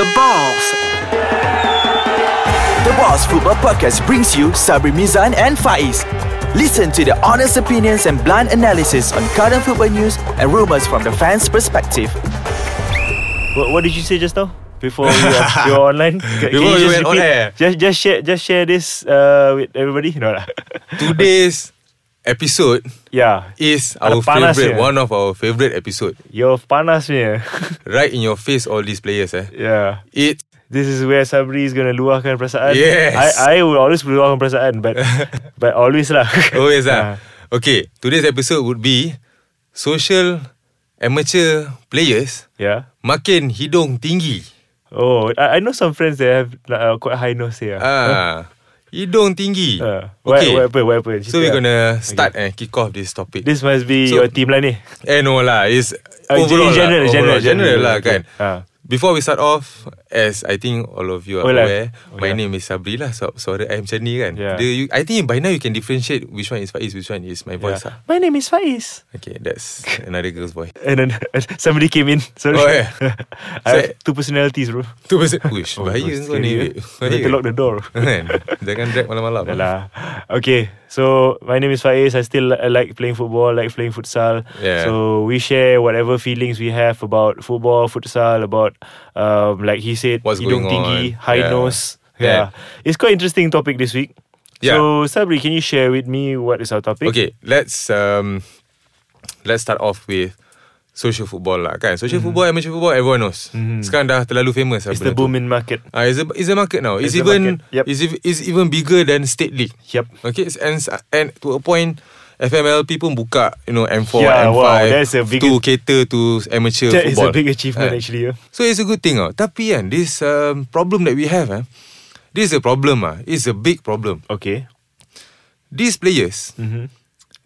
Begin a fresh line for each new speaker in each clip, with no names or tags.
The Balls.
The Boss Football Podcast brings you Sabri Mizan and Faiz. Listen to the honest opinions and blunt analysis on current football news and rumors from the fans' perspective.
What, what did you say just now? Before we were, we were online, C-
Before we
just
went on air.
Just just share just share this uh, with everybody. No lah.
Today's episode
yeah,
is
Ada
our
panas
favorite,
dia.
one of our favorite episode.
you're panas punya.
Right in your face, all these players. Eh,
yeah,
it
this is where Sabri is gonna luahkan perasaan.
Yes.
I I will always luahkan perasaan, but but always lah.
always
Ah.
ah. Okay, today's episode would be social amateur players
Yeah.
makin hidung tinggi.
Oh, I, I know some friends that have like, uh, quite high nose here.
Ah, hidung tinggi.
Uh, what,
okay,
what happened? What happened? "Uh,
so we're gonna start and kick off this topic.
This must be
So-
your team lah ni.
Eh no lah It's
Uh,
overall
in general, general,
lah, overall, general
general,
lah
okay.
kan
Ha.
Before we start off As I think all of you are
Oh lah.
aware
Oh
My
lah.
name is Sabri lah so, Suara I macam ni kan
Yeah.
The, you, I think by now you can differentiate Which one is Faiz Which one is my voice
Yeah.
lah. yeah.
My name is Faiz.
Okay that's another girl's voice
And then somebody came in. Sorry.
Oh, yeah.
I have
So- Oh,
two personalities, bro.
Tu pasal Uish bahaya kau
scary,
ni
eh. Better lock the door.
Kan? Jangan drag malam-malam
Dah lah. Okay, so my name is Faiz. I still li- I like playing football, like playing futsal.
Yeah.
So we share whatever feelings we have about football, futsal, about um, like he said,
What's
hidung
going
tinggi,
on.
high
Yeah.
nose.
Yeah.
it's quite interesting topic this week.
Yeah.
So Sabri, can you share with me what is our topic?
Okay, let's um, let's start off with social football lah kan. Social football, amateur football, everyone knows. Sekarang dah terlalu famous lah
Mm-hmm. It's the
benda tu.
boom in market.
Ah, it's a it's a market now. It's,
It's a
even
market, yep.
it's, ev- it's even bigger than state league.
Yep.
Okay, it's, and s- and to a point, FMLP pun buka you know M4,
Yeah,
M5
wow, that's a big-
to cater to amateur
That is
football.
a big achievement
Ah.
actually. Yeah.
So it's a good thing. Ah, tapi kan this um, problem that we have ah, this is a problem ah. It's a big problem.
Okay.
These players,
Mm-hmm.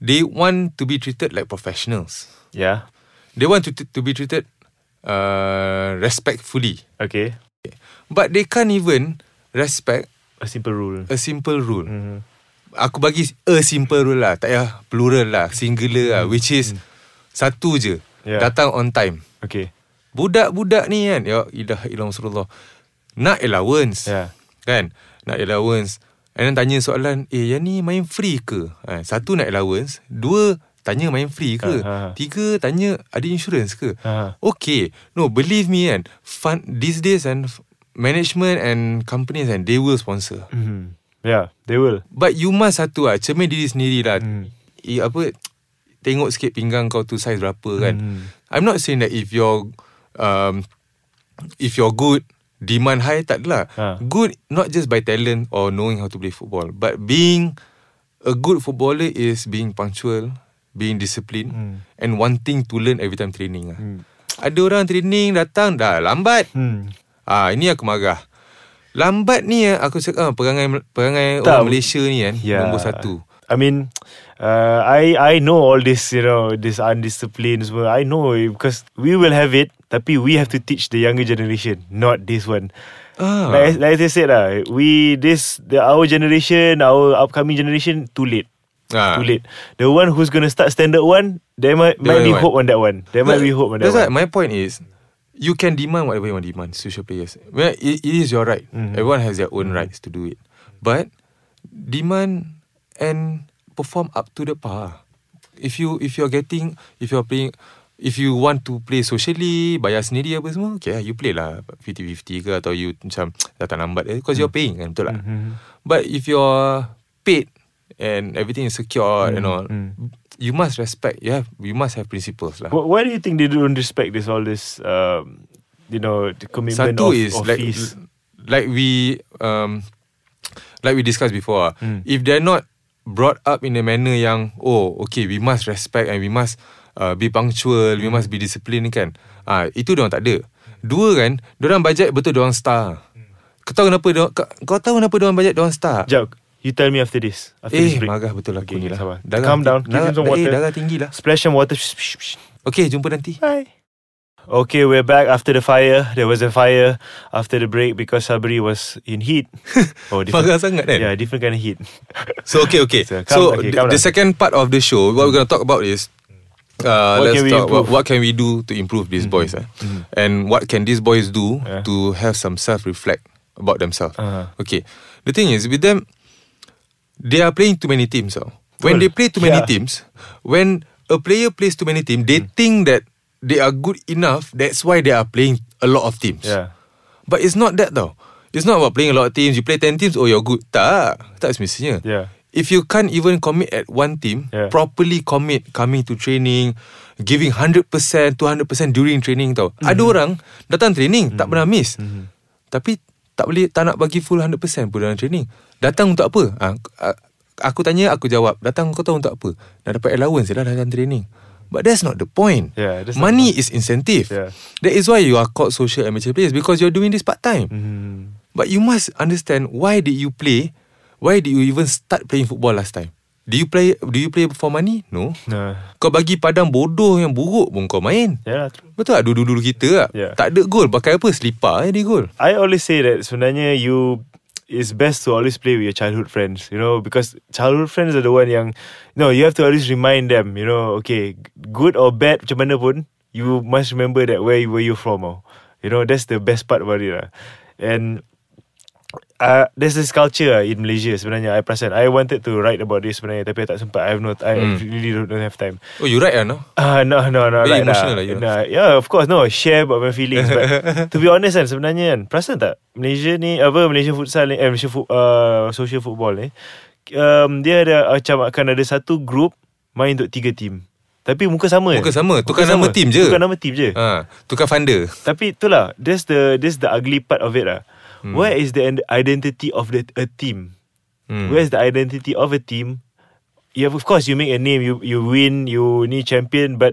they want to be treated like professionals.
Yeah.
They want to to be treated uh, respectfully,
Okay.
but they can't even respect
A simple rule.
a simple rule.
Mhm.
Aku bagi a simple rule lah, tak payah plural lah, singular lah, which is satu je.
Mm-hmm. Yeah.
Datang on time.
Okay.
Budak-budak ni kan, ya ilah ilah Rasulullah. Nak allowance.
Yeah.
Kan? Nak allowance. And then tanya soalan, eh yang ni main free ke? Ha, satu nak allowance, dua tanya main free ke?
Ha, ha.
Tiga tanya ada insurance ke?
Ha.
Okay. No, believe me kan, fun, these days and management and companies and they will sponsor.
Mm-hmm. Yeah, they will.
But you must satu lah Cermin diri sendiri lah
Hmm.
hmm. I, Apa Tengok sikit pinggang kau tu Saiz berapa kan
Hmm.
I'm not saying that If you're um, If you're good Demand high tak adalah
Ha.
Good Not just by talent Or knowing how to play football But being A good footballer Is being punctual Being disciplined
Hmm.
And wanting to learn Every time training lah Ada orang training Datang dah lambat
Hmm.
Ah ini aku marah. Lambat ni eh, aku cakap ah, perangai perangai
Tak.
orang Malaysia ni kan
Yeah.
nombor satu.
I mean, uh, I I know all this, you know, this undiscipline. semua. I know it because we will have it, tapi we have to teach the younger generation, not this one.
Ah.
Like, like I said lah, we this the our generation, our upcoming generation, too late.
Ah.
Too late. The one who's gonna start standard one, there might
There
might be
might
hope on that one. There might be hope on that
That's
one.
what my point is. You can demand whatever you want to demand, social players. Well, it, it is your right.
Mm-hmm.
Everyone has their own rights to do it. But demand and perform up to the par. If you if you're getting if you're playing if you want to play socially, bayar sendiri apa semua, okay lah, you play lah 50-50 ke atau you macam datang lambat eh, because
Mm.
you're paying kan, betul lah.
Mm-hmm.
But if you're paid and everything is secured
Mm.
and all, you must respect, you have, you must have principles lah.
Wh- Why do you think they don't respect this all this? Um, you know, the commitment
Satu
of,
is
of
like
fees.
like we um like we discussed before. ah,
Hmm.
If they're not brought up in a manner yang oh okay we must respect and we must uh, be punctual, we must be disciplined kan. Ah itu dia tak ada. Dua kan, dia orang bajet betul dia orang star. Kau tahu kenapa dia kau, kau tahu kenapa dia orang bajet dia orang star?
Sekejap, you tell me after this. After this
eh,
break.
marah betul aku ni lah.
sabar.
Darah
Calm
tinggi-
down. Give him some
darah-
water.
Eh, darah tinggi lah.
Splash some water. Shh, shh, shh.
Okay, jumpa nanti.
Bye. Okay, we're back after the fire. There was a fire after the break because Sabri was in heat. Oh,
Marah sangat kan?
Yeah, different kind of heat.
So okay, okay.
So,
So,
come- okay,
th-
come
the
lah.
second part of the show, what we're gonna talk about is uh,
What
let's
can we
talk
improve?
about
Mm-hmm.
what can we do to improve these boys eh? and what can these boys do to have some self-reflect about themselves
Uh-huh.
okay the thing is with them they are playing too many teams now. when
Betul.
they play too
Yeah.
many
Mm.
teams when a player plays too many teams they think that they are good enough that's why they are playing a lot of teams
Yeah.
but it's not that though it's not about playing a lot of teams you play 10 teams oh you're good tak tak semestinya
Yeah.
if you can't even commit at one team,
Yeah.
properly commit coming to training, giving 100%, 200% during training tau.
Mm-hmm.
Ada orang datang training tak pernah miss. Tapi tak boleh tak nak bagi full 100% pun dalam training. Datang untuk apa? Ha, a- aku tanya, aku jawab. Datang kau tahu untuk apa? Nak dapat allowance je lah dalam training. But that's not the point.
Yeah, that's not
Money is incentive.
Yeah.
That is why you are called social amateur players because you're doing this part time.
Mm.
But you must understand why did you play? Why did you even start playing football last time? Do you play do you play for money? No.
Nah. Ya.
Kau bagi padang bodoh yang buruk pun kau main.
Yeah, true.
Betul tak? Dulu-dulu kita tak?
Yeah.
Tak ada gol. Pakai apa? Selipar eh dia gol.
I always say that sebenarnya you it's best to always play with your childhood friends, you know, because childhood friends are the one yang no, you have to always remind them, you know, okay, good or bad macam mana pun, you must remember that where were you from, oh. you know, that's the best part about it lah. And uh, there's this culture ah in Malaysia sebenarnya I perasan I wanted to write about this sebenarnya tapi I tak sempat I have no I
Mm.
really don't, don't have time
Oh, you right lah, no?
Ah, no, no, no.
Very
like that.
emotional lah, you know.
Nah, yeah, of course, no. Share about my feelings. But to be honest kan, sebenarnya kan, perasan tak? Malaysia ni, apa, Malaysia futsal ni, eh, Malaysia fu- uh, social football ni, um, dia ada macam akan ada satu group main untuk tiga team. Tapi muka sama je.
Muka sama. Tukar nama team je.
Tukar nama team je.
Ha, tukar funder.
Tapi itulah, that's the, that's the ugly part of it lah. Where is the an- identity of the, a team?
Hmm.
Where's the identity of a team? You have, of course, you make a name, you you win, you ni champion, but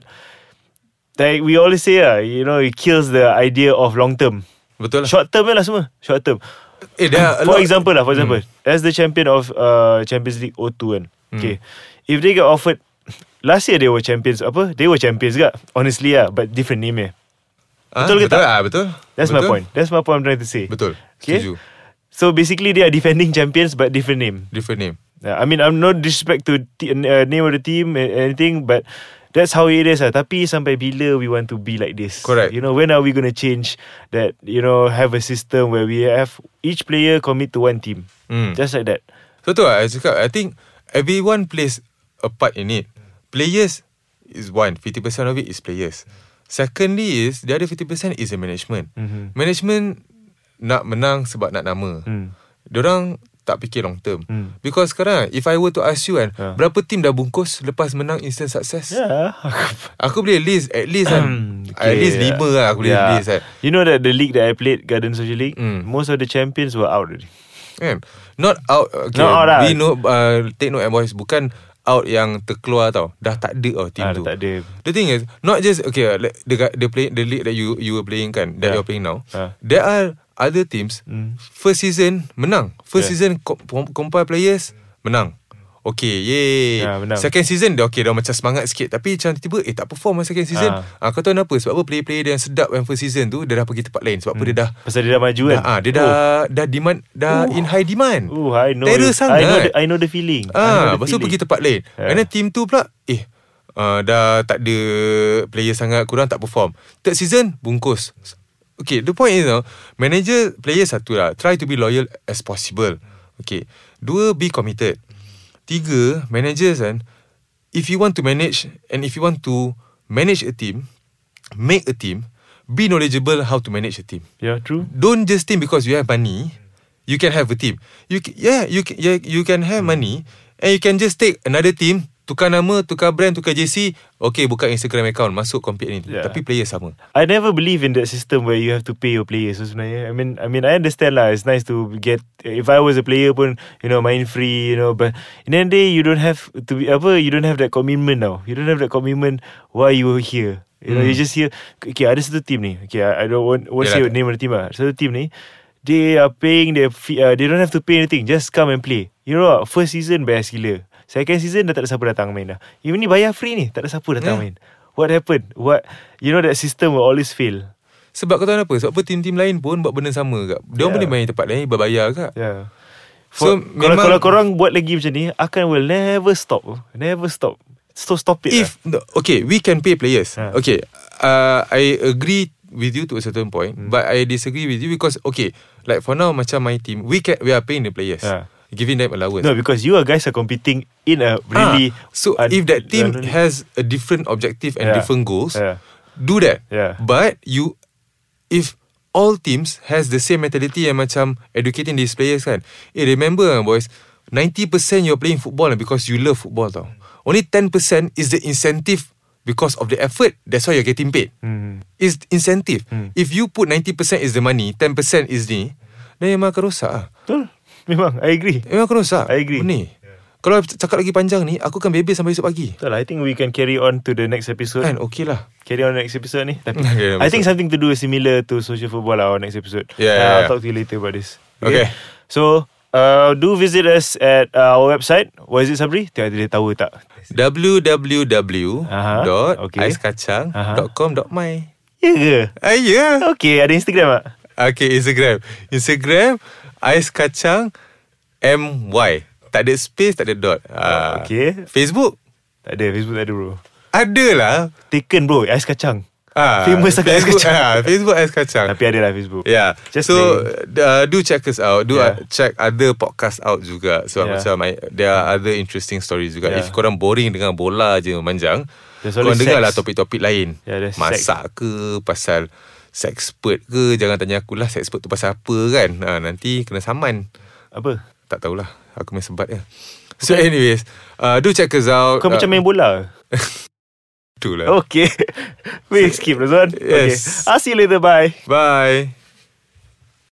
like we always say, ah, you know, it kills the idea of long term.
Betul lah.
Short term je lah semua, short term.
Eh, dah, a
for
lot- Hmm.
example lah, for example, as the champion of uh, Champions League 02 kan. Okay, if they get offered, last year they were champions, apa? They were champions juga, honestly lah, but different name eh.
Ha,
betul ke tak?
betul lah, betul.
That's my
Betul.
point. That's my point I'm trying to say.
Betul.
Okay?
Setuju.
So basically, they are defending champions but different name.
Different name.
Yeah, I mean, I'm no disrespect to t- uh, name of the team and anything, but that's how it is. Lah. Tapi sampai bila we want to be like this?
Correct.
You know, when are we going to change that, you know, have a system where we have each player commit to one team?
Hmm.
Just like that.
So tu lah I cakap I think Everyone plays A part in it Players Is one 50% of it is players Secondly is The other 50% is the management
Mhm.
Management Nak menang Sebab nak nama
Hmm.
Diorang Tak fikir long term
Hmm.
Because sekarang If I were to ask you kan
Ha.
Berapa tim dah bungkus Lepas menang instant success
Yeah.
Aku boleh list At least kan At
Okay,
least
yeah.
lima lah Aku boleh eh.
Yeah.
list kan
You know that the league that I played, Garden Social League,
Mm.
most of the champions were out already.
Kan? Not out okay,
Not out lah.
We know uh, Take note and voice Bukan out yang terkeluar tau Dah tak ada tau team
Ah,
tu
dah tak ada.
The thing is Not just Okay like, the, guy- the, play, the league that you you were playing kan
Yeah.
That you're playing now
Ah.
There are other teams
Mm.
First season Menang First
Yeah.
season co- com- Compile players Menang Okay yay
Ah, menang.
Second season dah okay Dah macam semangat sikit Tapi macam tiba-tiba Eh tak perform masa second season
Ah.
ah. Kau tahu kenapa Sebab apa player-player dia yang sedap Yang first season tu Dia dah pergi tempat lain Sebab
Hmm.
apa dia dah
Pasal dia dah maju kan?
Dah, ah, dia dah dah demand dah in high demand.
Oh, I know. you. I know,
Terror
the,
sangat.
I know the feeling. I know
Ah,
the
lepas tu
feeling.
pergi tempat lain.
Yeah.
Yeah. And then team tu pula eh uh, dah tak ada player sangat, kurang tak perform. Third season bungkus. Okay, the point is now, manager player satu lah, try to be loyal as possible. Okay. Dua, be committed. Tiga, managers kan, if you want to manage and if you want to manage a team, make a team, be knowledgeable how to manage a team.
Yeah, true.
don't just think because you have money, you can have a team. You ca- yeah, you ca- yeah, you can have money and you can just take another team, tukar nama, tukar brand, tukar JC, okay buka Instagram account, masuk compete ni.
Yeah.
Tapi player sama.
I never believe in that system where you have to pay your players so sebenarnya. I mean I mean I understand lah it's nice to get if I was a player pun you know main free you know but in the end day you don't have to be apa you don't have that commitment now. You don't have that commitment why you were here. You know you just here okay ada satu team ni. Okay I, I don't want won't say the
Yalah.
name of the team lah. Satu team ni they are paying their fee, uh, they don't have to pay anything just come and play. You know what? first season best gila. Second season dah tak ada siapa datang main dah. Even ni bayar free ni tak ada siapa datang
Yeah.
main. What happened? What you know that system will always fail.
Sebab kau tahu apa? Sebab apa team-team lain pun buat benda sama kak. Dia
Yeah.
yeah. boleh main tempat lain berbayar kak.
Yeah. For,
So,
so kalau,
memang-
kalau korang buat lagi macam ni Akan will never stop Never stop So stop it.
If no, okay, we can pay players.
Yeah.
Okay, uh, I agree with you to a certain point,
Hmm.
but I disagree with you because okay, like for now, macam my team, we can we are paying the players,
Yeah.
giving them
lah.
allowance.
no, because you are guys are competing in a
Ah,
really.
so
un-
if that team ha-
un-
has a different objective
Yeah.
and different goals,
Yeah.
do that.
Yeah.
But you, if all teams has the same mentality and macam educating these players kan, eh remember ah, boys, 90% you're playing football because you love football tau. Only 10% is the incentive because of the effort. That's why you're getting paid.
Mm.
It's incentive. If you put 90% is the money, 10% is ni, then memang akan rosak ah.
Betul. Memang, I agree.
Memang aku rosak
I agree.
Ni Kalau cakap lagi panjang ni Aku akan bebel sampai esok pagi
Betul lah. I think we can carry on to the next episode.
Kan okay lah
Carry on next episode ni. Tapi
Okay,
I think something to do is similar to social football lah, our next episode.
Yeah, yeah,
I'll
yeah.
talk to you later about this.
Okay.
So, uh, do visit us at uh, our website. What is it, Sabri? Tiada dia tahu tak? Aha, okay.
www.aiskacang.com.my
Ya ke?
Ah yeah
Okay, ada Instagram tak?
Okay Instagram Instagram Aiskacang MY Tak ada space Tak ada dot Ah.
Okay.
Facebook
Tak ada, Facebook tak ada bro.
Ada lah
Taken bro, ais kacang.
Ah,
Famous sangat Ais
Facebook, Ya.
Kacang.
ah, Facebook Ais Kacang
Tapi ada lah Facebook.
Yeah.
Just
so uh, do check us out. Do
Yeah.
yeah. check other podcast out juga. So
Yeah.
yeah. macam I, there are other interesting stories juga.
Yeah.
Yeah. If korang boring dengan bola je memanjang,
There's
korang
always
dengar
sex. Ya,
lah topik-topik lain.
Yeah, there's
Masak ke pasal sexpert ke jangan tanya aku lah sexpert tu pasal apa kan. Ha, nanti kena saman.
Apa?
Tak tahulah. Aku main sebat je. So anyways, uh, do check us out.
Kau
uh,
macam Oh. main bola.
tu lah.
Okay. we skip this one. Okay.
Yes.
I'll see you later. Bye.
Bye.